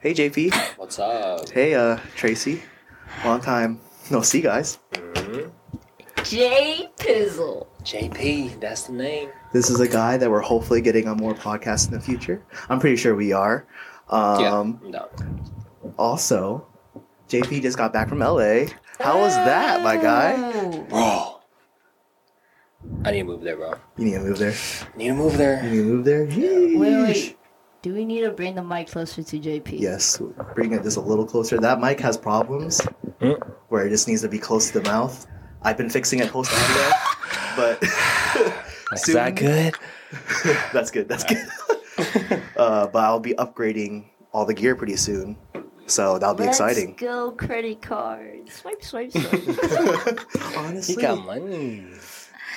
Hey, JP. What's up? Hey, uh, Tracy. Long time no see, guys. J Pizzle. JP, that's the name. This is a guy that we're hopefully getting on more podcasts in the future. I'm pretty sure we are. Um, yeah, no. Also, JP just got back from LA. How was that, my guy? Oh. Bro. I need to move there, bro. You need to move there. Need to move You there. need to move there. Wait, Yeesh. wait. Do we need to bring the mic closer to JP? Yes, bring it just a little closer. That mic has problems Mm. where it just needs to be close to the mouth. I've been fixing it post audio, but Is Soon. that good? that's good. That's good. uh, but I'll be upgrading all the gear pretty soon, so that'll be Let's exciting. go credit card. Swipe, swipe, swipe. Honestly, He got money.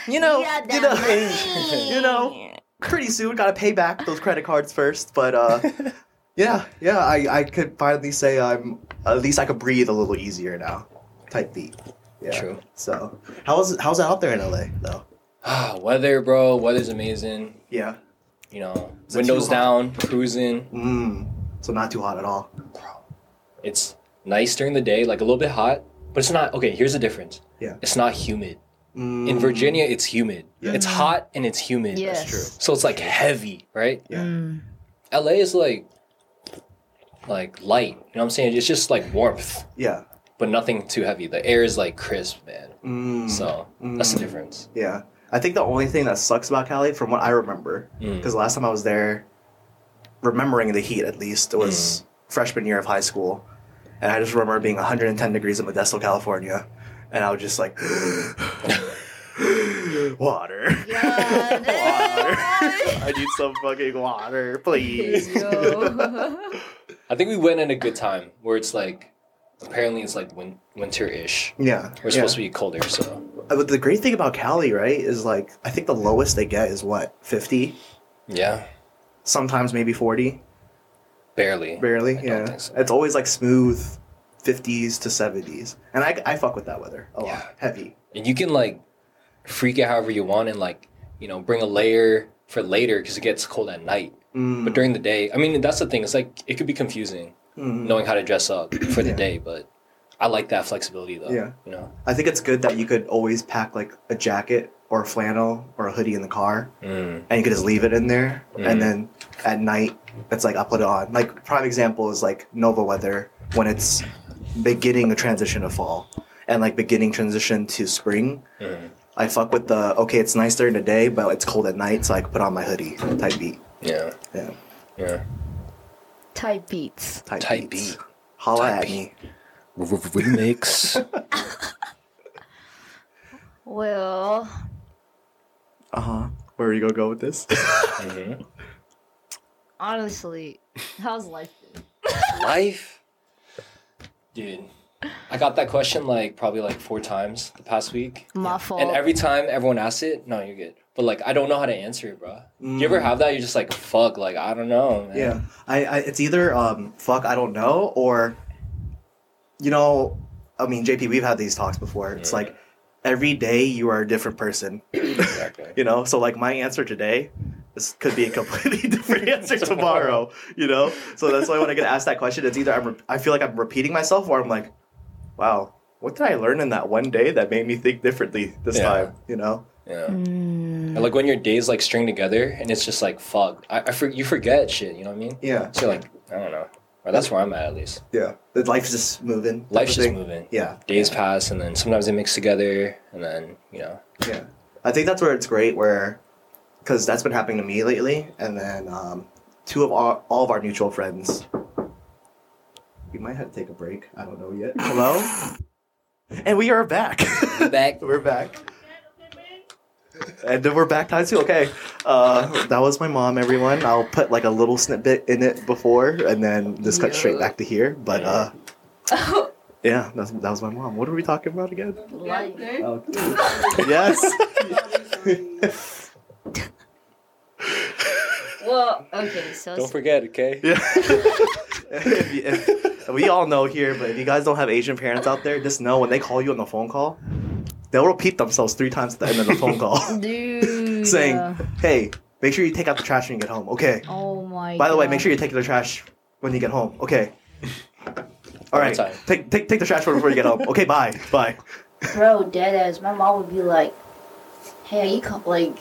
you know, Yeah, that you know, money. you know, pretty soon gotta pay back those credit cards first. But uh, yeah, yeah, I, I could finally say I'm at least I could breathe a little easier now, type beat. Yeah. True. So how's how's it out there in LA though? Ah, weather, bro. Weather's amazing. Yeah. You know, Is it windows too hot? down, cruising. Mm. So not too hot at all. It's nice during the day, like a little bit hot, but it's not. Okay, here's the difference. Yeah. It's not humid. Mm. In Virginia, it's humid. Yeah. It's hot and it's humid. yes. true. So it's like heavy, right? Yeah. Mm. LA is like like light. You know what I'm saying? It's just like warmth, Yeah. but nothing too heavy. The air is like crisp, man. Mm. So that's the Mm. difference. Yeah. I think the only thing that sucks about Cali, from what I remember, Mm. because last time I was there, remembering the heat at least, was Mm. freshman year of high school. And I just remember being 110 degrees in Modesto, California. And I was just like, water. Yeah, that- I need some fucking water, please. Yo. I think we went in a good time where it's like apparently it's like win- winter ish. yeah. We're supposed to be colder, so But the great thing about Cali, right, is like, I think the lowest they get is what, 50? yeah, Sometimes maybe 40. barely. Barely, I don't yeah. think so. It's always like smooth 50s to 70s. And I, I fuck with that weather a lot. Yeah. Heavy. And you can like freak out however you want and like you know bring a layer for later because it gets cold at night. Mm, But during the day, I mean that's the thing. It's like it could be confusing. mm. knowing how to dress up for the Yeah. day, but I like that flexibility though. Yeah. You know? I think it's good that you could always pack like a jacket or a flannel or a hoodie in the car and you could just leave it in there. Mhm. And then at night, it's like, I'll put it on. Like, prime example is like Nova weather when it's beginning a transition to fall and like beginning transition to spring. Mhm. I fuck with the, okay, it's nice during the day, but it's cold at night, so I can put on my hoodie type beat. Yeah. Yeah. Yeah. Type beats. Type, Type beats. beat. Holla Type at beat. me. Remix. Well, Uh huh. Where are you gonna go with this? Mhm. honestly, how's life? been? Life. Dude. I got that question like probably like four times the past week. My fault. And every time everyone asks it, no, you're good. But like I don't know how to answer it, bro. You ever have that? You're just like, fuck, like I don't know, man. Mm. Yeah. I, I it's either um fuck I don't know or you know I mean JP we've had these talks before. It's Mhm. like every day you are a different person. Exactly. You know, so like my answer today this could be a completely different answer tomorrow. You know, so that's why when I get asked that question, it's either I'm re- I feel like I'm repeating myself or I'm like, wow, what did I learn in that one day that made me think differently this Yeah. time? You know. Yeah. Mm. And like when your days like string together and it's just like fuck. I, I for, you forget shit, you know what I mean? Yeah. So like, I don't know. Or that's where I'm at at least. Yeah. Life's just moving. type Life's of just thing. moving. Yeah. Days pass and then sometimes they mix together and then, you know. Yeah. I think that's where it's great, where, because that's been happening to me lately. And then um, two of our, all of our mutual friends. We might have to take a break. I don't know yet. Hello? and we are back. Back. we're back. And then we're back time too. Okay. Uh, that was my mom, everyone. I'll put like a little snippet in it before and then just cut straight back to here. But uh, yeah, that's, that was my mom. What were we talking about again? Life. yes. Well, okay, so Don't forget, okay? Yeah. If you- if- we all know here, but if you guys don't have Asian parents out there, just know when they call you on the phone call, they'll repeat themselves three times at the end of the phone call, dude. saying, uh, "Hey, make sure you take out the trash when you get home." Okay. Oh my. By the way, make God. sure you take the trash when you get home. Okay. All right. Time. Take, take take the trash away before you get home. Okay. Bye. Bye. Bro, dead ass. My mom would be like, "Hey, are you co- like,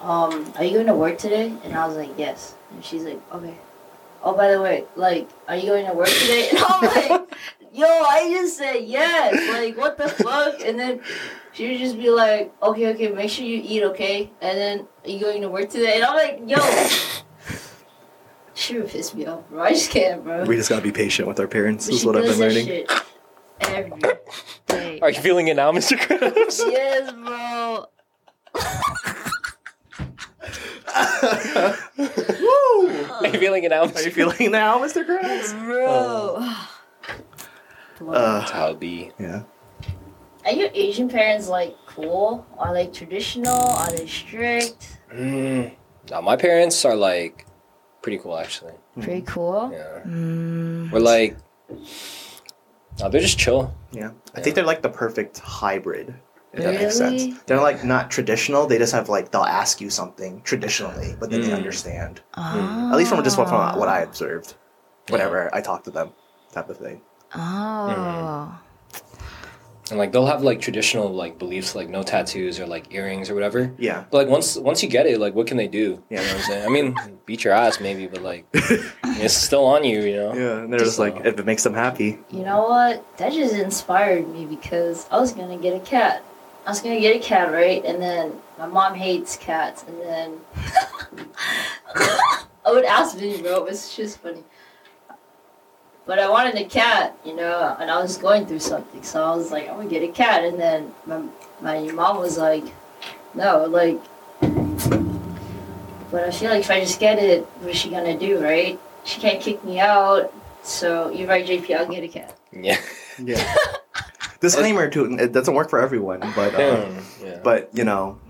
um, are you going to work today?" And I was like, "Yes." And she's like, "Okay." Oh, by the way, like, are you going to work today? And I'm like, "Yo, I just said yes." Like, what the fuck? And then she would just be like, "Okay, okay, make sure you eat, okay?" And then, "Are you going to work today?" And I'm like, "Yo." She would piss me off, bro. I just can't, bro. We just gotta be patient with our parents. But This is she what I've does been that learning. shit every day. Are you feeling it now, Mr. Krabs? yes, bro. Woo! Are you feeling it now, How you Mr. Krabs? feeling now, Mr. Krabs? Bro. Uh, uh. That's how it be. yeah. Are your Asian parents like cool? Are they traditional? Are they strict? Mm. Now, my parents are like pretty cool, actually. Pretty cool. Yeah. Oh. Hmm. Mm. We're like, no, they're just chill. Yeah. I think they're like the perfect hybrid. If that makes Really? sense. They're like not traditional. They just have like they'll ask you something traditionally, but then they Mm. understand. Ah. At least from just what from what I observed. Whenever I talk to them, type of thing. Hmm. Ah. Oh. And like, they'll have like traditional like beliefs, like no tattoos or like earrings or whatever. Yeah. But like once once you get it, like what can they do? Yeah. You know what I'm saying? I mean, beat your ass maybe, but like it's still on you, you know. Yeah. And they're just like if it makes them happy. You know what? That just inspired me because I was gonna get a cat. I was gonna get a cat, right? And then my mom hates cats, and then I would ask me, bro. It was just funny. But I wanted a cat, you know, and I was going through something, so I was like, I'm gonna get a cat, and then my my mom was like, no, like. But I feel like if I just get it, what is she gonna do, right? She can't kick me out. So you're right, JP. I'll get a cat. Yeah. Yeah. Disclaimer too, it doesn't work for everyone, but uh, yeah. but you know,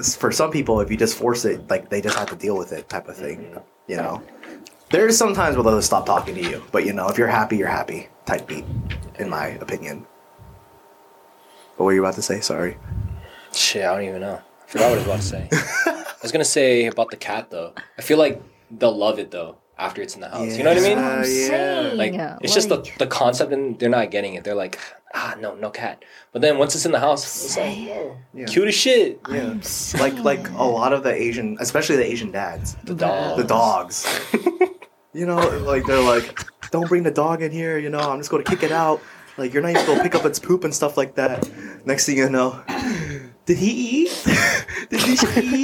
for some people, if you just force it, like they just have to deal with it, type of thing. You know, there's sometimes where they'll just stop talking to you, but you know, if you're happy, you're happy, type beat, in my opinion. What were you about to say? Sorry. Shit, I don't even know. I forgot what I was about to say. I was gonna say about the cat though. I feel like they'll love it though after it's in the house. You know what I mean? Yeah, I'm Uh, yeah. saying. Like it's just the, the concept, and they're not getting it. They're like, ah, no, no cat. But then once it's in the house, it's like, Say "Whoa, Yeah. cute as shit. Yeah. I'm saying. Like like a lot of the Asian, especially the Asian dads, The dog. the dogs. you know, like they're like, don't bring the dog in here. You know, I'm just going to kick it out. Like you're not even going to pick up its poop and stuff like that. Next thing you know, did he eat? did he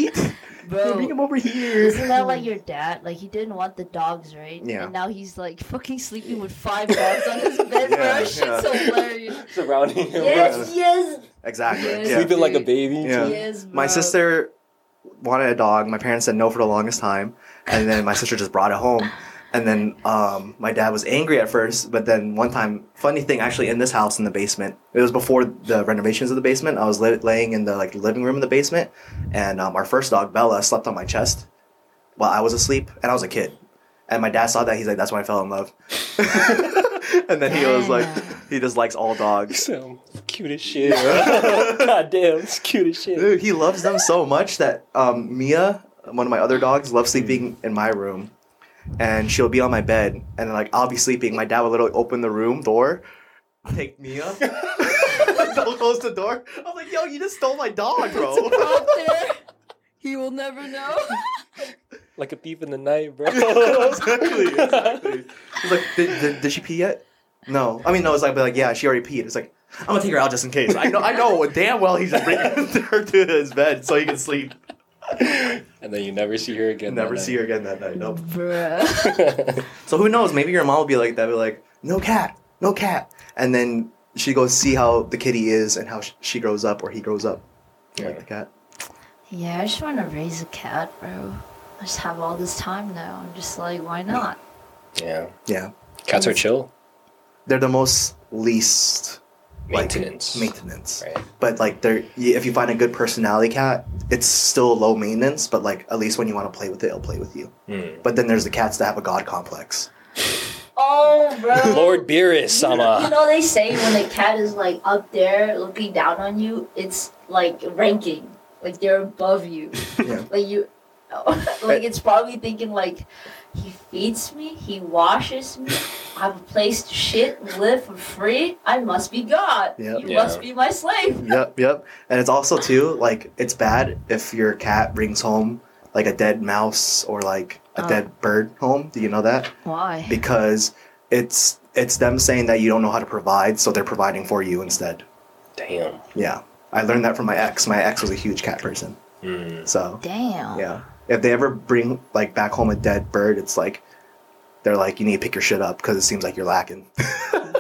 eat? Hey, bring him over here. Isn't that like your dad? Like he didn't want the dogs, right? Yeah. And now he's like fucking sleeping with five dogs on his bed, bro. Yeah, Shit's yeah. hilarious. Surrounding him, Yes, yes, Exactly. Yes. Yeah. sleeping like a baby. Yeah. yes, bro. My sister wanted a dog. My parents said no for the longest time, and then my sister just brought it home. And then um, my dad was angry at first, but then one time, funny thing, actually in this house in the basement, it was before the renovations of the basement. I was li- laying in the like living room in the basement, and um, our first dog Bella slept on my chest while I was asleep, and I was a kid. And my dad saw that. He's like, "That's when I fell in love." and then he was like, "He just likes all dogs." So cute as shit. God damn, it's cute as shit. Dude, he loves them so much that um, Mia, one of my other dogs, loves sleeping in my room, and she'll be on my bed, and like I'll be sleeping. My dad will literally open the room door, take Mia, they'll close the door. I'm like, yo, you just stole my dog, bro. Out there. He will never know. Like a thief in the night, bro. exactly, exactly. He's like, did, did, did she pee yet? No, I mean no. It's like, but like, yeah, she already peed. It's like, I'm gonna take her out just in case. I know, I know damn well he's just bringing her to his bed so he can sleep. and then you never see her again. eh? Never see her again that night. Nope. Bruh. her. So who knows? Maybe your mom will be like that, be like, "No cat, no cat," and then she goes see how the kitty is and how sh- she grows up or he grows up. Yeah. Like the cat. Yeah, I just want to raise a cat, bro. I just have all this time now. I'm just like, why not? yeah, Yeah, cats are chill. they're the most least like, Maintenance. maintenance, Right. but like they're y- if you find a good personality cat, it's still low maintenance. But like at least when you want to play with it, it'll play with you. Hmm. But then there's the cats that have a god complex. Oh, bro. Lord Beerus, You know, you sama. know they say when a cat is like up there looking down on you, it's like ranking, like they're above you. Yeah. Like you, like it's probably thinking like He feeds me. He washes me. I have a place to shit and live for free. I must be God. Yep. You Yeah. must be my slave. yep, yep. And it's also too like it's bad if your cat brings home like a dead mouse or like a Oh. dead bird home. Do you know that? Why? Because it's it's them saying that you don't know how to provide, so they're providing for you instead. Damn. Yeah, I learned that from my ex. My ex was a huge cat person, Mm. so Damn. yeah. If they ever bring like back home a dead bird, it's like they're like you need to pick your shit up because it seems like you're lacking.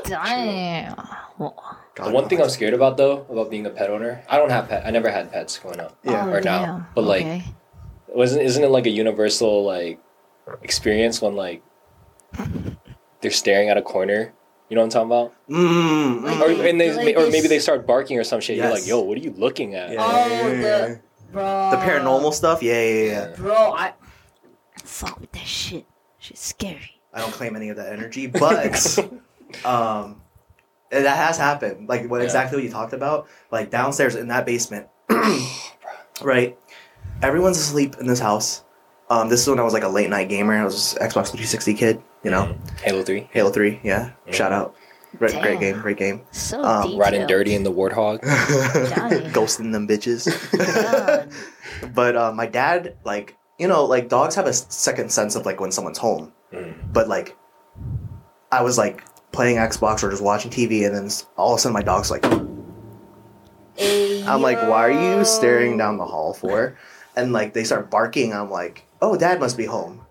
Damn. Well, The one thing I'm scared about though, about being a pet owner, I don't have pet. I never had pets growing up. Yeah. oh, Or now. damn. But, like, Okay. Wasn't isn't it like a universal like experience when like they're staring at a corner? You know what I'm talking Mm, mm. Like, about? Or and they Like or this- maybe they start barking or some shit. You're Yes. like, yo, what are you looking at? Yeah. Oh, the bro. the paranormal stuff. Yeah, yeah, yeah. Bro, I Fuck with that shit. Shit's scary. I don't claim any of that energy, but um, and that has happened. Like what Yeah. exactly what you talked about, like downstairs in that basement, Oh, right? Everyone's asleep in this house. Um, this is when I was like a late night gamer. I was an Xbox 360 kid, you know, Hmm. Halo Three, Halo 3. Yeah, Yeah. shout out, great, great Damn. game, great game. Um, So detailed. riding dirty in the warthog. Johnny. Ghosting them bitches. God. but uh, my dad, like you know, like dogs have a s- second sense of like when someone's home. Mm. but like I was like playing Xbox or just watching TV, and then s- all of a sudden my dog's like, I'm like, why are you staring down the hall for? And like they start barking. I'm like, oh, dad must be home.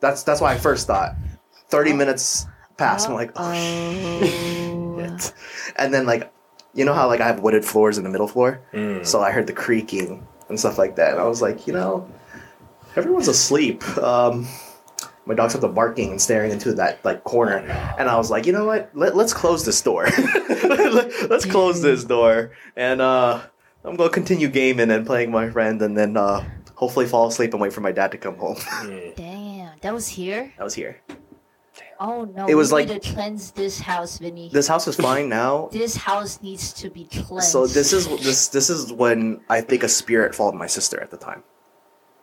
That's that's why I first thought. Thirty minutes passed. I'm like, oh Uh-huh. Uh-oh. shit. And then like, you know how like I have wooded floors in the middle floor, Mm. so I heard the creaking and stuff like that. And I was like, you know, everyone's asleep. Um, my dog's up to barking and staring into that like corner, and I was like, you know what? Let, let's close this door. let's close this door, and uh, I'm gonna continue gaming and playing my friend, and then uh, hopefully fall asleep and wait for my dad to come home. Mm. Damn. That was here? I was here. Oh no. It was we like- need to cleanse this house, Vinny. This house is fine now. This house needs to be cleansed. So this is this this is when I think a spirit followed my sister at the time.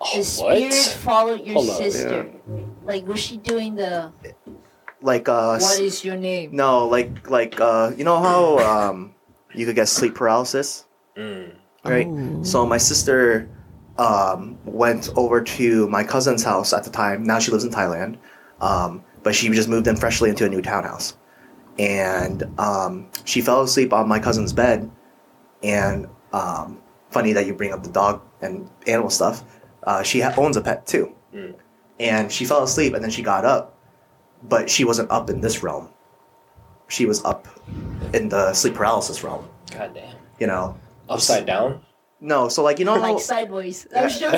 Oh, The spirit what? followed your Hold up. sister. Like was she doing the Like uh, what is your name? no, like like uh, you know how um, you could get sleep paralysis. Mm. right? Ooh. So my sister um, went over to my cousin's house at the time. Now she lives in Thailand, um, but she just moved in freshly into a new townhouse, and um, she fell asleep on my cousin's bed. And um, funny that you bring up the dog and animal stuff. Uh, she ha- owns a pet too, Mm. and she fell asleep and then she got up, but she wasn't up in this realm. She was up in the sleep paralysis realm. God damn. You know. Upside down. No, so like you know how Like sideways. I'm sure.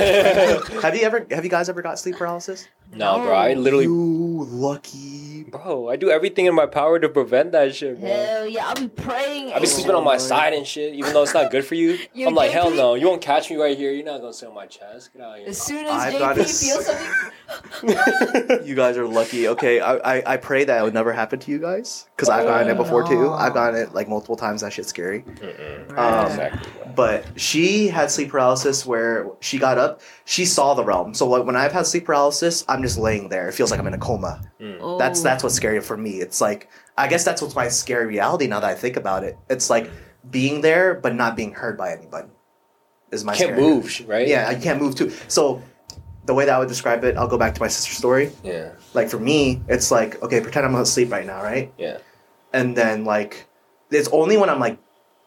have you ever have you guys ever got sleep paralysis? No, bro. I literally, You lucky. bro. I do everything in my power to prevent that shit, bro. Hell yeah, I'll be praying. I be and- sleeping on my side and shit, even though it's not good for you. You I'm like, hell JP? no, you won't catch me right here. You're not gonna sit on my chest. Get out of here. As soon I've as got JP a s- feels something, You guys are lucky. Okay, I, I, I pray that it would never happen to you guys because I've gotten it before too. I've gotten it like multiple times. That shit's scary. Mm-mm. Um, exactly. bro. but she had sleep paralysis where she got up. She saw the realm. So like, when I've had sleep paralysis, I'm just laying there. It feels like I'm in a coma. Mm. Oh. That's that's what's scary for me. It's like I guess that's what's my scary reality now that I think about it. It's like being there but not being heard by anybody. Is my Can't scary- move, sh- right? Yeah, I can't move too. So the way that I would describe it, I'll go back to my sister's story. Yeah. Like for me, it's like okay, pretend I'm asleep right now, right? Yeah. And then like it's only when I'm like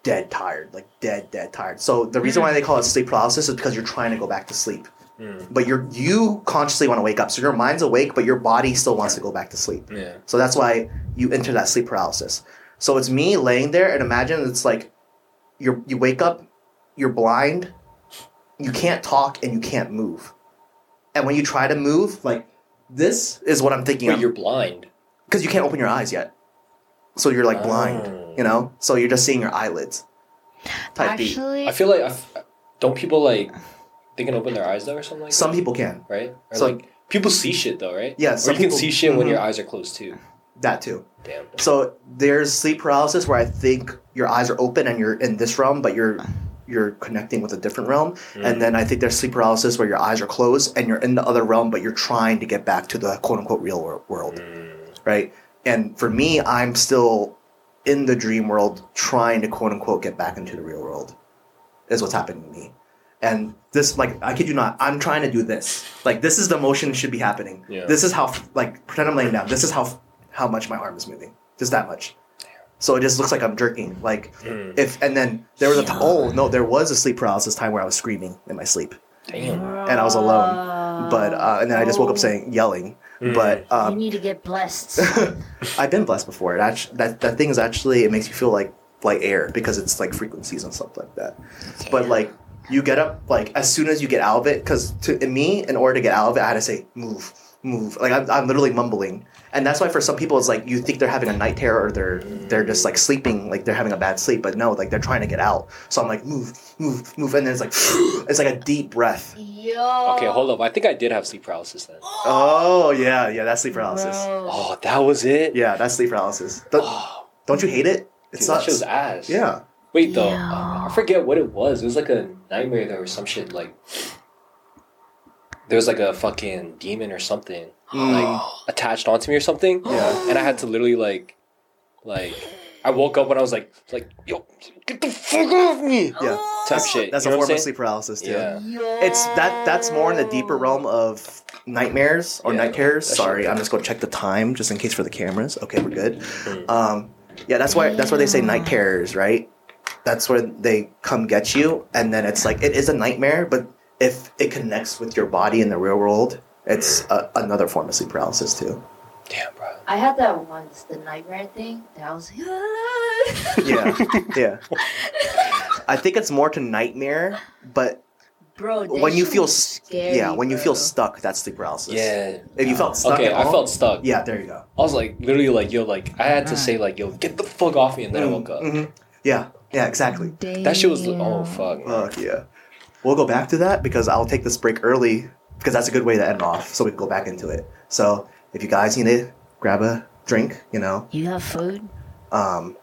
dead tired, like dead dead tired. So the reason why they call it sleep paralysis is because you're trying to go back to sleep, Mm. but you're you consciously want to wake up. So your mind's awake, but your body still wants to go back to sleep. Yeah. So that's why you enter that sleep paralysis. So it's me laying there and imagine it's like you you wake up, you're blind, you can't talk and you can't move. And when you try to move, like this is what I'm thinking But you're blind. because you can't open your eyes yet. So you're like Oh. blind, you know? So you're just seeing your eyelids. Type B. Actually, I feel like I f- don't people like they can open their eyes though or something like Some people can. that, right? Or so- like people see shit though, right? Yeah, Or some you can people- see shit when mhm. your eyes are closed too. That too. Damn. So there's sleep paralysis where I think your eyes are open and you're in this realm, but you're you're connecting with a different realm, and then I think there's sleep paralysis where your eyes are closed and you're in the other realm, but you're trying to get back to the quote unquote real wor- world, right? And for me, I'm still in the dream world trying to quote unquote get back into the real world, is what's happening to me. And this, like, I kid you not, I'm trying to do this. Like, this is the motion that should be happening. Yeah. This is how, like, pretend I'm laying down. This is how how much my arm is moving, just that much. So it just looks like I'm jerking. Like, Mm. if and then there was a t- oh no there was a sleep paralysis time where I was screaming in my sleep Damn. and I was alone but uh, and then I just Oh. woke up saying yelling Mm. but you um, need to get blessed. I've been blessed before it actually, that that thing is actually it makes you feel like like air because it's like frequencies and stuff like that but like you get up like as soon as you get out of it because to in me in order to get out of it I had to say move move like I'm, I'm literally mumbling and that's why for some people it's like you think they're having a night terror or they're they're just like sleeping like they're having a bad sleep but no like they're trying to get out so i'm like move move move and then it's like it's like a deep breath Yo. Okay, hold up. I think I did have sleep paralysis then. oh yeah yeah that's sleep paralysis Bro. Oh, that was it. yeah that's sleep paralysis Don't- Oh, don't you hate it dude, it's that not show's ass. yeah Wait though, Yeah. uh, I forget what it was. It was like a nightmare though, or some shit. Like there was like a fucking demon or something Mm. attached onto me or something, Yeah. and I had to literally like, like I woke up and I was like, like yo, get the fuck off me, yeah oh, Oh, type shit. that's you a know form what I'm of saying? sleep paralysis too Yeah. Yo. It's that. That's more in the deeper realm of nightmares or Yeah, night terrors. that's Sorry, true. I'm just gonna check the time just in case for the cameras. Okay, we're good. Mm. Um, yeah, that's why. That's why they say night terrors, right? That's where they come get you, and then it's like it is a nightmare, but if it connects with your body in the real world, it's Mm. a, another form of sleep paralysis too. Damn, bro. I had that once, the nightmare thing, and I was like, Yeah, yeah. I think it's more to nightmare, but bro. that when you shit feel was s- scary, yeah, when you bro. feel stuck, that's sleep paralysis. Yeah. If you felt stuck Okay, at I all- felt stuck. yeah, there you go. I was like literally like yo, like I had to say like yo, get the fuck off me, and then I woke up. Mhm. Yeah, yeah, exactly. That shit was oh fuck. Fuck yeah. We'll go back to that because I'll take this break early because that's a good way to end off so we can go back into it. So if you guys need to grab a drink, you know, You have food? um,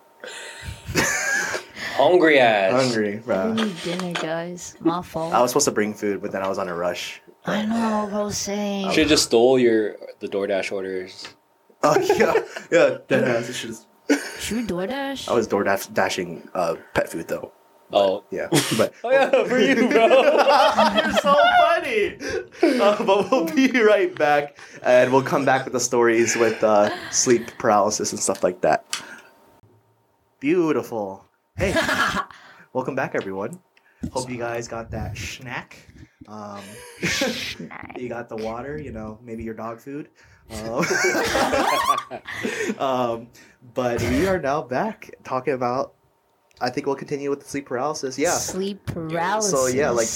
Hungry ass. hungry, I bruh. need dinner, guys. My fault. Uh, I was supposed to bring food, but then I was on a rush. I know, bro. Same. Should have just stole your the DoorDash orders. Oh yeah, yeah. Dead ass. It's just- Should we DoorDash? I was door dash- dashing uh, pet food though. Oh. Yeah, but Oh yeah, for you, bro. You're so funny. Uh, but we'll be right back, and we'll come back with the stories with uh, sleep paralysis and stuff like that. Beautiful. Hey, welcome back, everyone. Hope you guys got that snack. Um, you got the water. You know, maybe your dog food. Um, um, but we are now back talking about. I think we'll continue with the sleep paralysis. Yeah. Sleep paralysis. So yeah, like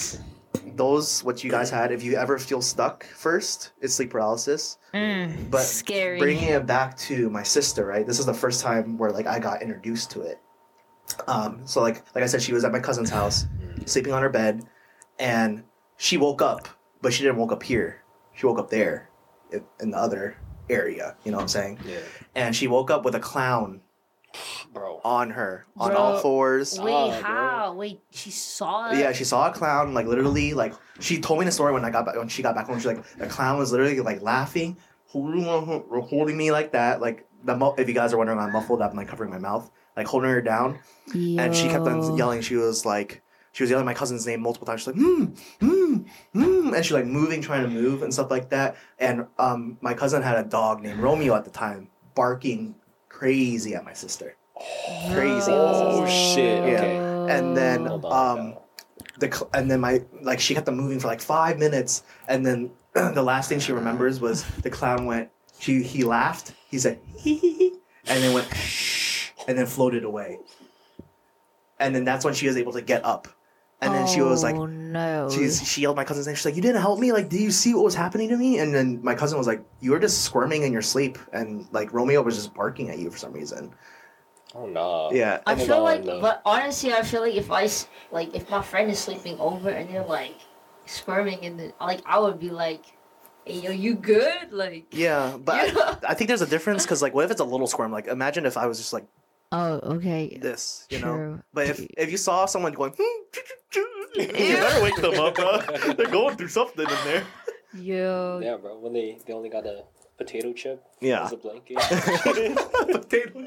those what you guys had. If you ever feel stuck, first it's sleep paralysis. Mm, but scary. Bringing it back to my sister, right? This is the first time where like I got introduced to it. Um, so like like I said, she was at my cousin's house, sleeping on her bed, and she woke up, but she didn't woke up here. She woke up there, in, in the other area. You know what I'm saying? yeah, And she woke up with a clown bro. on her, on all Bro. fours. Wait, Ah, bro. how? Wait, she saw it. Yeah, she saw a clown, like literally, like she told me the story when I got back when she got back home. She's like, the clown was literally like laughing, holding holding me like that, like the mu- if you guys are wondering, I'm muffled up, and like covering my mouth, like holding her down, and she kept on Yo. yelling. She was like, she was yelling my cousin's name multiple times. She's like, hmm, hmm, hmm, and she like moving, trying to move and stuff like that. And um, my cousin had a dog named Romeo at the time, barking crazy at my sister, crazy. at my sister Oh shit. Yeah. Okay. Oh, and then Oh, Hold on, um bro. the cl- and then my like she kept on moving for like five minutes and then the last thing she remembers was the clown went she he laughed he said and then went and then floated away and then that's when she was able to get up and then she was like Oh, no. she's, she yelled my cousin's name she's like you didn't help me like do you see what was happening to me and then my cousin was like you were just squirming in your sleep and like romeo was just barking at you for some reason Oh no. yeah I Hold feel on, like, though. but honestly, I feel like if I s- like if my friend is sleeping over and they're like squirming in the like, I would be like, "Hey, yo, you good?" Like, yeah but I- you know? I think there's a difference because like, what if it's a little squirm? Like, imagine if I was just like Oh, okay. this, you know. True. But if Y- if you saw someone going, "Hmm, you better wake them up, bro. They're going through something in there. Yo. Yeah, bro. When they they only got a potato chip Yeah, as a blanket. potato,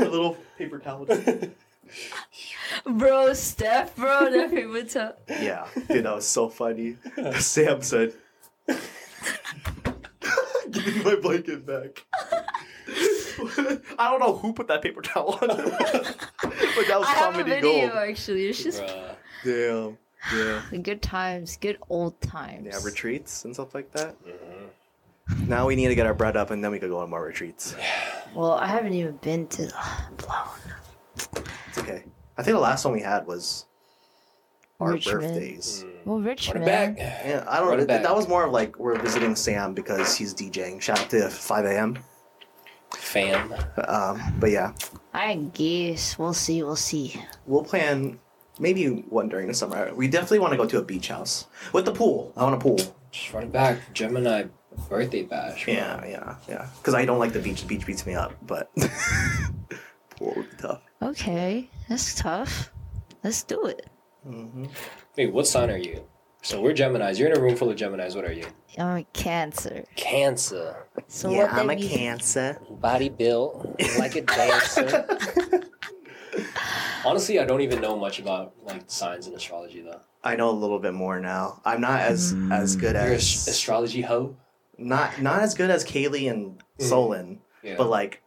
a little paper towel. Bro, Steph, bro, that favorite time. Yeah, dude, that was so funny. Sam said, "Give me my blanket back." I don't know who put that paper towel on, but that was I have a comedy video gold. actually. It's just Bruh. Damn. Yeah. good times, good old times. Yeah, retreats and stuff like that. Mhm. Now we need to get our bread up, and then we could go on more retreats. well, I haven't even been to. I'm blown. It's okay. I think the last one we had was our Richmond. birthdays. Well, Hmm. Run Richmond. it back. Yeah, I don't. Mm. Run know. it back. That was more of like we're visiting Sam because he's DJing. Shout out to 5 a.m. Fam. Um, but yeah, I guess we'll see. We'll see. we'll plan maybe one during the summer. We definitely want to go to a beach house with the pool. I want a pool. Just run it back. Gemini birthday bash. bro. Yeah, yeah, yeah. Because I don't like the beach. The beach beats me up, but pool would be tough. Okay, that's tough. Let's do it. hmm Wait, what sign are you? So we're Geminis. You're in a room full of Geminis. What are you? I'm a cancer. Cancer. So yeah, what I'm a that means- cancer. Body built like a dancer. Honestly, I don't even know much about like signs and astrology though. I know a little bit more now. I'm not as as good You're an as astrology hoe. not not as good as Kaylee and Mhm. Solon, Yeah. but like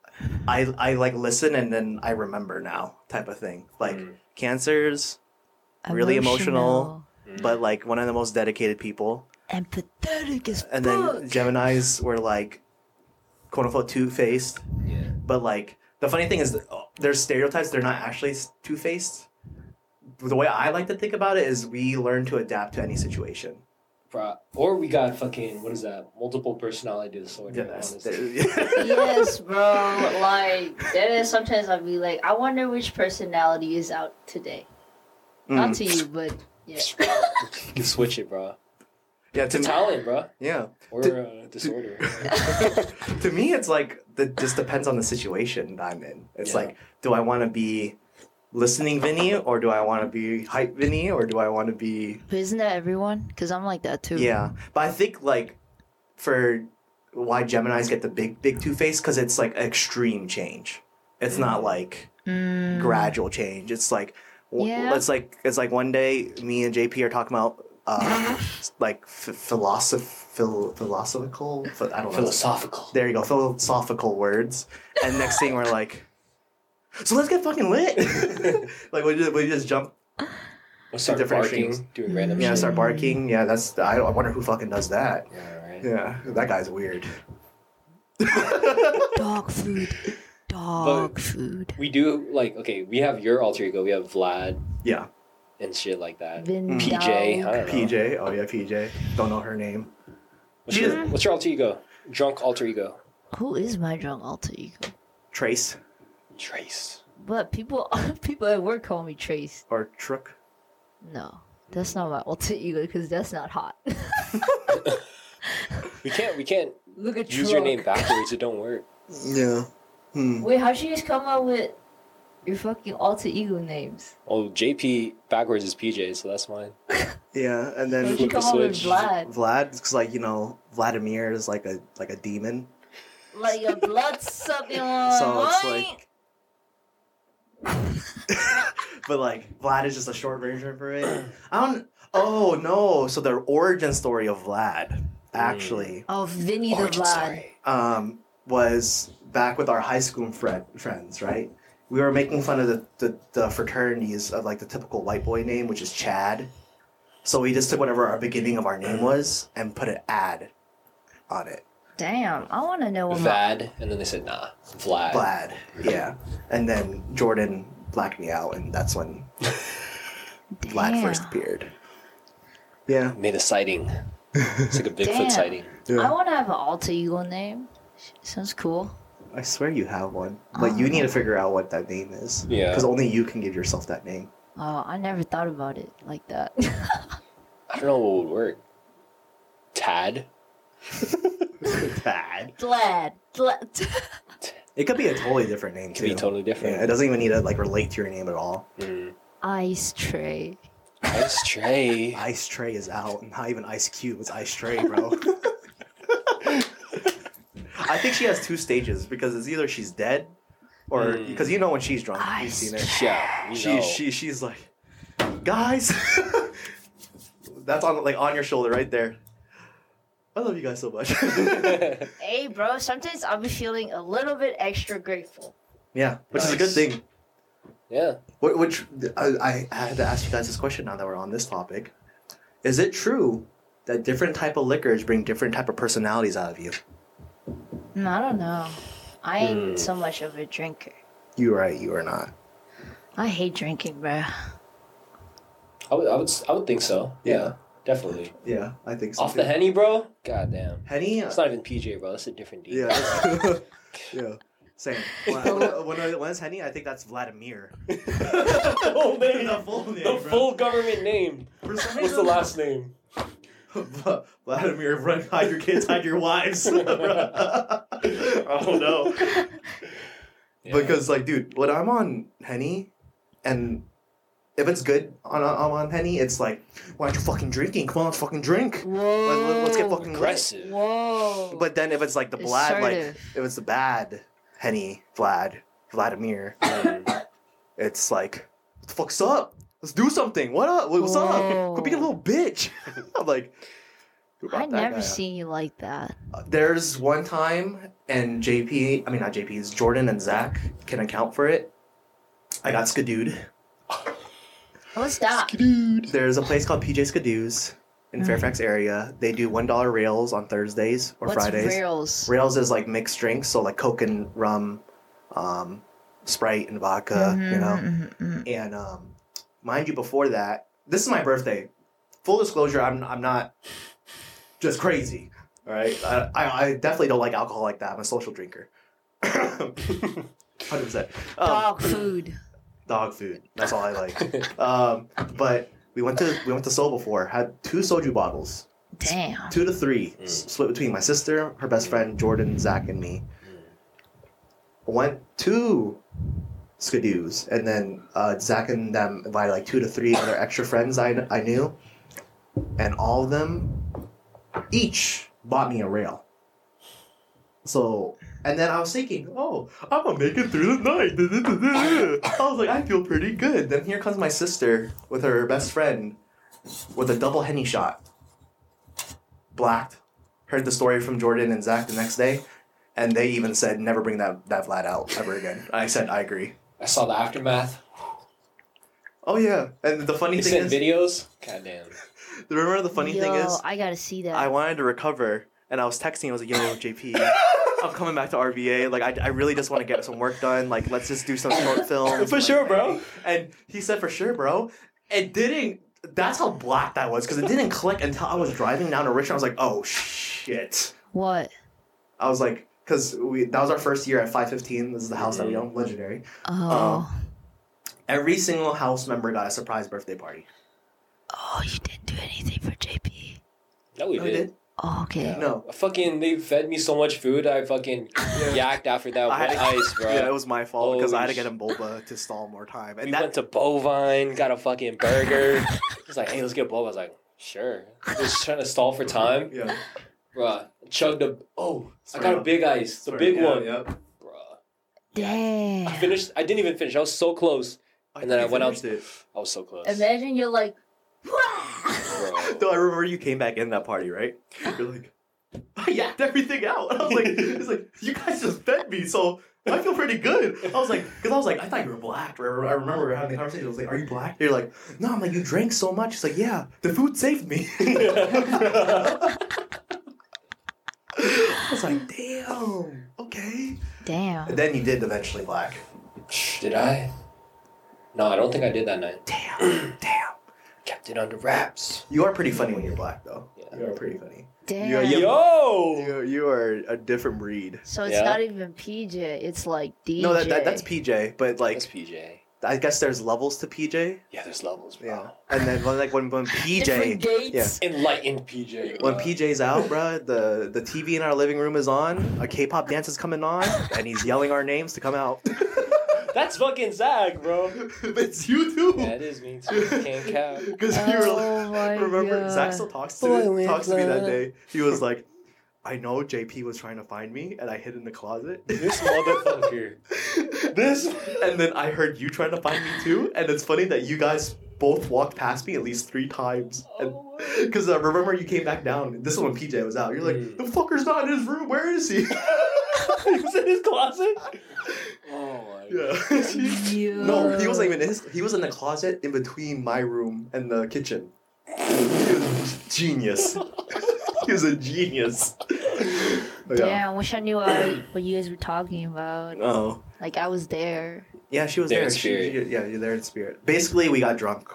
I I like listen and then I remember now type of thing. Like Mm. cancers, really emotional. Mm. but like one of the most dedicated people. empathetic as And fuck. then Gemini's were like quote unquote two faced, yeah. but like the funny thing is that, uh, their stereotypes they're not actually two faced. The way I like to think about it is we learn to adapt to any situation. Bro, or we got fucking what is that? Multiple personality disorder. Yeah, that's- honestly. yes, bro. Like that is sometimes I'll be like, I wonder which personality is out today. Not Mm. to you, but yeah. You switch it, bro. Yeah, It's to a me, talent, bro, yeah. or To- uh, disorder. to me, it's like that just depends on the situation that I'm in. It's Yeah. like, do I want to be listening Vinny or do I want to be hype Vinny or do I want to be But isn't that everyone? Because I'm like that too. yeah? But I think like for why Gemini's get the big big two face because it's like extreme change. It's not like Mm, gradual change. It's like w- Yeah. it's like it's like one day me and JP are talking about uh, like f- philosoph phil- philosophical. ph- I don't know Philosophical. there you go, philosophical words. And next thing we're like, so let's get fucking lit. like we just, we just jump, We'll start different barking, extremes. doing random yeah, shit. start barking. Yeah, that's I, I wonder who fucking does that. Yeah, right. Yeah, that guy's weird. dog food. Dog food. We do like okay. We have your alter ego. We have Vlad Yeah, and shit like Mm. that. Vin PJ. I don't know. PJ. Oh yeah, PJ. Don't know her name. What's your, what's your alter ego? Drunk alter ego. Who is my drunk alter ego? Trace Trace. But people, people at work call me Trace. or Truck. No, that's not my alter ego because that's not hot. We can't. We can't Look at use your Trunk. name backwards. It don't work. Yeah. Hmm. Wait, how'd you guys come up with your fucking alter ego names? Oh, JP backwards is PJ, so that's mine. Yeah, and How'd you then Flip the come up with switch. blood? Vlad, 'cause, like you know, Vladimir is like a like a demon. Like a blood sucking one. So it's right? like- but like Vlad is just a short version for it. I don't. Oh no! So the origin story of Vlad actually Oh, Vinny the Origin Vlad. story. um, was back with our high school friend, friends, right? We were making fun of the, the, the fraternities of like the typical white boy name, which is Chad. So we just took whatever our beginning of our name was and put an ad on it. Damn, I want to know what my Vlad, and then they said nah, Vlad. Vlad, yeah. And then Jordan blacked me out, and that's when Vlad Damn. first appeared. Yeah. Made a sighting. It's like a Damn. Bigfoot sighting. I want to have an alter ego name. Sounds cool. I swear you have one, but you need to figure out what that name is. Yeah. Because only you can give yourself that name. Oh, I never thought about it like that. I don't know what would work. Tad. Tad. Vlad, Vlad, It could be a totally different name It too. could be totally different. Yeah, it doesn't even need to like relate to your name at all. Mm. Ice tray. Ice tray. Ice Tray is out. Not even Ice Cube. It's Ice Tray, bro. I think she has two stages because it's either she's dead, or Mm. because you know when she's drunk, you've Ice seen it. Tray. Yeah, we She, know. she she's like, guys, that's on like on your shoulder right there. I love you guys so much. Hey, bro, sometimes I'll be feeling a little bit extra grateful. yeah, which is a good Nice. thing. yeah. Wh- Which I, I had to ask you guys this question now that we're on this topic. Is it true that different type of liquors bring different type of personalities out of you? No, I don't know. I ain't Hmm. so much of a drinker. You're right. You are not. I hate drinking, bro. I would, I would, s- I would think so. Yeah, Yeah. definitely. Yeah, I think so. Off the henny, bro. God damn. Henny. uh, It's not even PJ, bro. That's a different deal. yeah. yeah. Same. When, when, I- when it's Henny, I think that's Vladimir. full name. The full name, The bro. full government name. For some What's the reason- last name? V- Vladimir, run, hide your kids, hide your wives. I don't know. Because, like, dude, when I'm on Henny, and if it's good on I'm on Henny, it's like, why aren't you fucking drinking? Come on, let's fucking drink. Let, Whoa. us get fucking lit. aggressive. Whoa. But then if it's like the Vlad, like, Assertive. if it's the bad Henny, Vlad, Vladimir, Mm. it's like, what the fuck's up? Let's do something. What up? What's up? Whoa. Quit being a little bitch. I'm like, who brought I that guy never up? seen you like that. There's one time, and JP, I mean, not JP, it's Jordan and Zach can account for it. I got skadooed. What's that? Dude. There's a place called PJ Skadoo's in Mm. Fairfax area. They do $1 rails on Thursdays or What's Fridays. rails? Rails is like mixed drinks, so like Coke and rum, um, Sprite and vodka, uh, you know? Mhm, mhm, mhm. And um, mind you, before that, this is my birthday. Full disclosure, I'm I'm not just crazy. All right, I, I, I definitely don't like alcohol like that. I'm a social drinker. Hundred percent. Um, Dog food. dog food. That's all I like. Um, but we went to we went to Seoul before. Had two soju bottles Damn. two to three s- Mm. split between my sister, her best friend Jordan, Zach, and me. Went to Skidoo's, and then uh, Zach and them invited like two to three other extra friends I, I knew, and all of them each bought me a rail. So, and then I was thinking, oh, I'm gonna make it through the night. I was like, I feel pretty good. Then here comes my sister with her best friend with a double henny shot blacked. Heard the story from Jordan and Zach the next day, and they even said never bring that that Vlad out ever again. I said I agree. I saw the aftermath. Oh yeah, and the funny They thing is, sent videos. God damn. remember the funny Yo, thing is, I gotta see that. I wanted to recover, and I was texting. I was like, Yo, JP, I'm coming back to RVA. Like, I, I really just want to get some work done. Like, let's just do some short films. For Like, sure, bro. And he said, for sure, bro. It didn't. That's how black that was because it didn't click until I was driving down to Richmond. I was like, oh shit. what? I was like, because we that was our first year at 515. This is the house that Mm. we own, legendary. Oh. Every single house member got a surprise birthday party. oh, you didn't do anything for JP. No, we No, we did. did. Oh, okay. No. I fucking, they fed me so much food. I fucking yacked after that I had one to- Oh, ice, bro. Yeah, it was my fault because I had to Holy get him boba to stall more time, and we that went to Bovine, got a fucking burger. He's like, hey, let's get a bowl. I was like, sure. Just trying to stall for time. yeah, Bruh, chugged a. Oh, Sorry. I got a big ice. The Sorry, big yeah, one. Yep. Bruh. I Damn. finished. I didn't even finish. I was so close. And then I You went out- finished it. I was so close. Imagine you're like, Bro. No, I remember you came back in that party, right? You're like, I yacked everything out. And I was like, it's like you guys just fed me, so I feel pretty good. I was like, because I was like, I thought you were black. I remember- I remember having the conversation. I was like, Are you black? You're like, No. I'm like, you drank so much. It's like, Yeah, the food saved me. I was like, Damn. Okay. Damn. then you did eventually black. Did I? No, I don't think I did that night. Damn. Damn. Kept it under wraps. You are pretty funny when you're black, though. Yeah. You are pretty funny. Damn. Yeah. Yo! You, you are a different breed. So it's Yeah. not even PJ. It's like DJ. No, that, that that's PJ, but like That's PJ. I guess there's levels to PJ. Yeah, there's levels, bro. Yeah. Oh. And then when, like when when Different PJ gates. Enlightened PJ. when bro. PJ's out, bruh, the the TV in our living room is on. A K-pop dance is coming on, and he's yelling our names to come out. That's fucking Zach, bro. it's you too. Yeah, it is me too. Can't count. Because you were like, Oh my remember God. Zach still talks to Boy, we talks to me that love- day. He was like, I know JP was trying to find me, and I hid in the closet. This motherfucker. this and then I heard you trying to find me too, and it's funny that you guys both walked past me at least three times. Oh, Because I uh, remember you came back down. This is when PJ was out. You're like, Mm. the fucker's not in his room. Where is he? he was in his closet. Oh my god. yeah. Yo. no, he wasn't even in his. He was in the closet in between my room and the kitchen. He was genius. he was a genius. But yeah. Damn, I wish I knew what, what you guys were talking about. Oh. Like, I was there. Yeah, she was There there. in She- spirit. she- yeah, you're there in spirit. Basically, we got drunk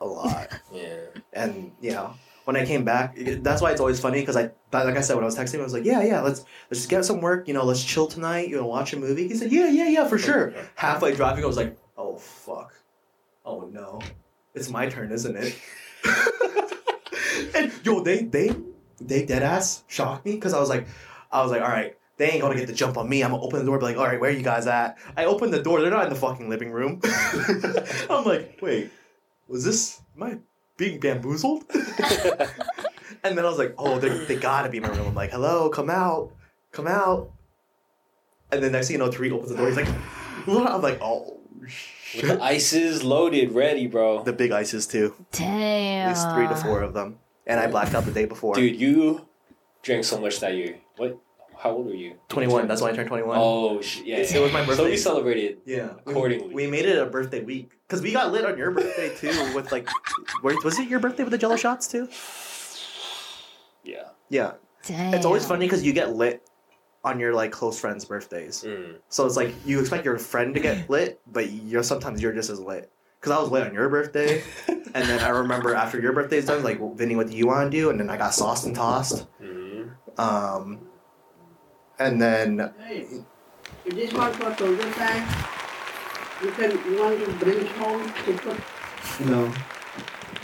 a lot. Yeah. and you know when I came back, it- that's why it's always funny because I that- like I said when I was texting, him, I was like, yeah, yeah, let's let's just get some work, you know, let's chill tonight, you know, watch a movie. He said, yeah, yeah, yeah, for sure. Halfway driving, I was like, oh fuck, oh no, it's my turn, isn't it? and yo, they they they dead ass shocked me because I was like, I was like, all right. They ain't gonna get the jump on me. I'm gonna open the door, and be like, all right, where you guys at? I open the door. They're not in the fucking living room. I'm like, wait, was this am I being bamboozled? and then I was like, oh, they they gotta be in my room. I'm like, hello, come out, come out. And then next thing you know, Tariq opens the door. He's like, "What?" I'm like, oh With the shit. ice is loaded, ready, bro. The big ices too. Damn. There's three to four of them, and I blacked out the day before. Dude, you drank so much that year. What? How old were you? 21. That's why I turned 21. Oh shit! Yeah, It yeah. was my So birthday. we celebrated. yeah. We- Accordingly. We made it a birthday week because we got lit on your birthday too. With like, were- was it your birthday with the Jello shots too? Yeah. Yeah. Damn. It's always funny because you get lit on your like close friends' birthdays. Mm. So it's like you expect your friend to get lit, but you're sometimes you're just as lit. Cause I was lit on your birthday, and then I remember after your birthday's done, like well, Vinny, what do you want to do? And then I got sauced and tossed. Mm. Um, and then Hey, it is not for soldier time. You can you want to bring home to put no,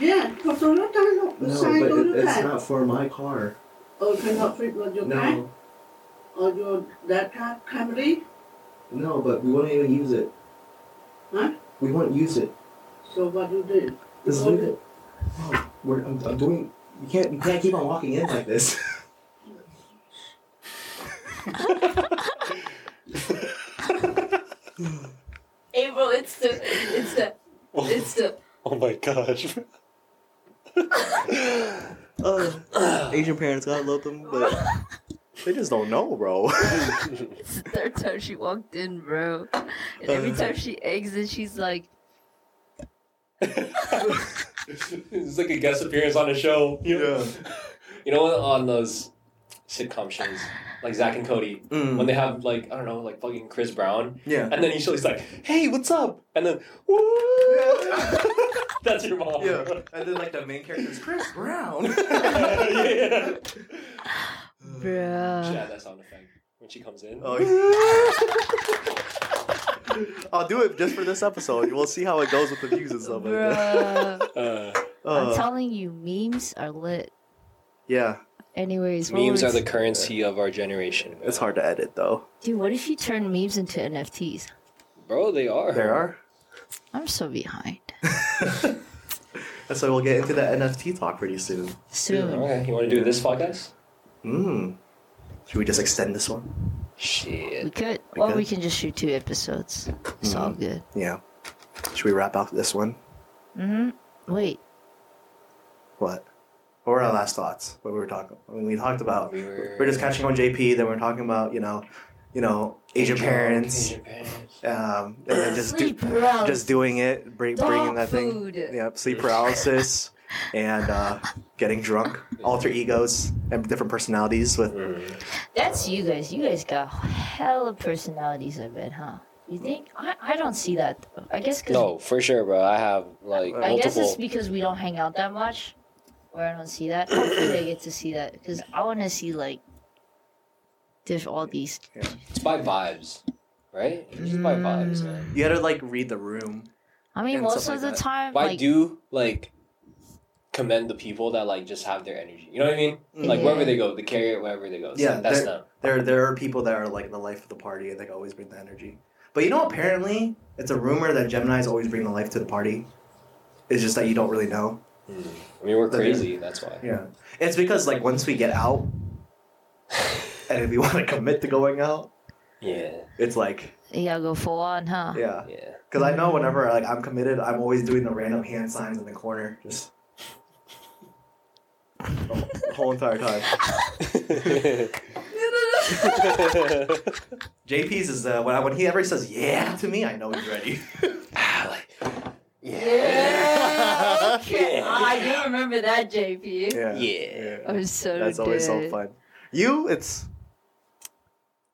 Yeah, for soldier time, no, sign soldier time. for my car. Or cannot fit with your car or your that car Camry, no, but we won't even use it. huh? We won't use it. So what you do? Just leave it. No, we're, I'm, I'm doing. You can't. You can't keep on walking in like this. Hey, bro, it's the, it's the, it's the. Oh my gosh. Uh, Asian parents gotta love them, but they just don't know, bro. It's the third time she walked in, bro. And every time she exits, she's like, it's like a guest appearance on a show. You know, you know what, on those sitcom shows, like Zach and Cody, Mm. when they have like I don't know, like fucking Chris Brown, Yeah. and then he's always like, "Hey, what's up?" And then, "Woo!" that's your mom. yeah. And then like the main character is Chris Brown. yeah. She Bruh. had that sound effect when she comes in. Oh, I'll do it just for this episode. We'll see how it goes with the views and stuff like that. Bruh. Uh, I'm Uh, telling you, memes are lit. yeah, Anyways, what memes are was- the currency of our generation. it's hard to edit though. Dude, what if you turn memes into NFTs? bro. They are. There are. I'm so behind. That's why we'll get into that NFT talk pretty soon. Soon. Okay, you want to do this podcast? Mm. Should we just extend this one? We Shit. could. We or could. we can just shoot two episodes. It's all Mhm. good. Yeah. Should we wrap up this one? hmm Wait. What? What were our last thoughts? What we were talking? I mean, we talked about. We were- we're just catching on JP. Then we're talking about you know, you know, Asian parents. Asian parents. um, and then just do, sleep, bro. just doing it, bring, Dog bringing that thing. food. Yep, sleep paralysis and uh, getting drunk, alter egos and different personalities with. Mm. That's you guys. You guys got hella personalities, I bet, huh? You think? I, I don't see that. Though. I guess 'cause- No, for sure, bro. I have like I guess it's multiple. because we don't hang out that much, or I don't see that. Hopefully, I get to see that because I want to see like, diff all these. It's by vibes. right? It's just by vibes, man. You gotta like read the room. I mean, And most stuff of like the that. time, But I like, do like commend the people that like just have their energy. You know what I mean? Mm-hmm. Like Mhm. wherever they go, they carry it wherever they go. So Mm. Yeah, that's they're- them. There, there are people that are like the life of the party, and they always bring the energy. But you know, apparently, it's a rumor that Gemini's always bring the life to the party. It's just that you don't really know. I mean, we're They're- crazy. That's why. Yeah, it's because like once we get out, and if we want to commit to going out, yeah, it's like you gotta go full on, huh? yeah. yeah. Because I know whenever like I'm committed, I'm always doing the random hand signs in the corner, just the whole entire time. JP's is uh, when I, when he ever says yeah to me, I know he's ready. Yeah. okay. I do remember that, JP. Yeah. I Oh, was so That's always so dead. fun. You, it's.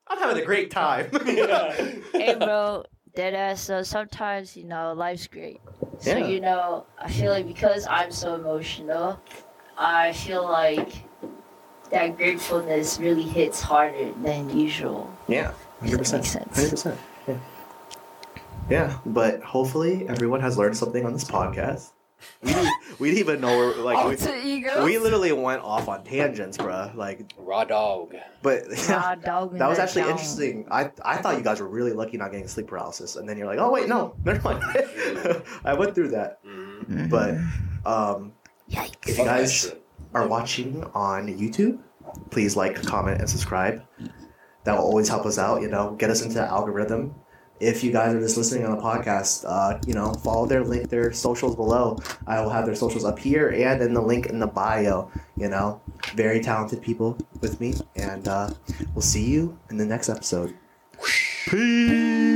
I'm having a great time. hey, bro, dead ass. So sometimes you know life's great. Yeah. So You know, I feel like because I'm so emotional, I feel like that gratefulness really hits harder than usual. Yeah. If that makes sense. 100%. Yeah. yeah, but hopefully everyone has learned something on this podcast. We didn't, we didn't even know where, like, Alter ego. we, we literally went off on tangents, bruh. Like, Raw dog. but Raw dog in that was the actually jungle. interesting. I, I thought you guys were really lucky not getting sleep paralysis, and then you're like, oh, wait, no, never mind. I went through that. Mm. Mm-hmm. But um, if you Fuck that guys shit. are watching on YouTube, please like, comment, and subscribe. That will always help us out, you know, get us into the algorithm. If you guys are just listening on the podcast, uh, you know, follow their link, their socials below. I will have their socials up here and in the link in the bio, you know. Very talented people with me, and uh, we'll see you in the next episode. Peace.